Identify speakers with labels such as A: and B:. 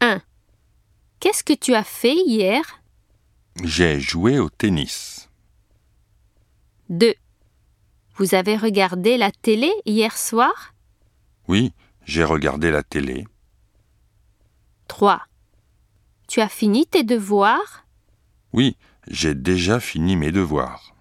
A: 1. Qu'est-ce que tu as fait hier
B: J'ai joué au tennis.
A: 2. Vous avez regardé la télé hier soir
B: Oui, j'ai regardé la télé.
A: 3. Tu as fini tes devoirs
B: Oui, j'ai déjà fini mes devoirs.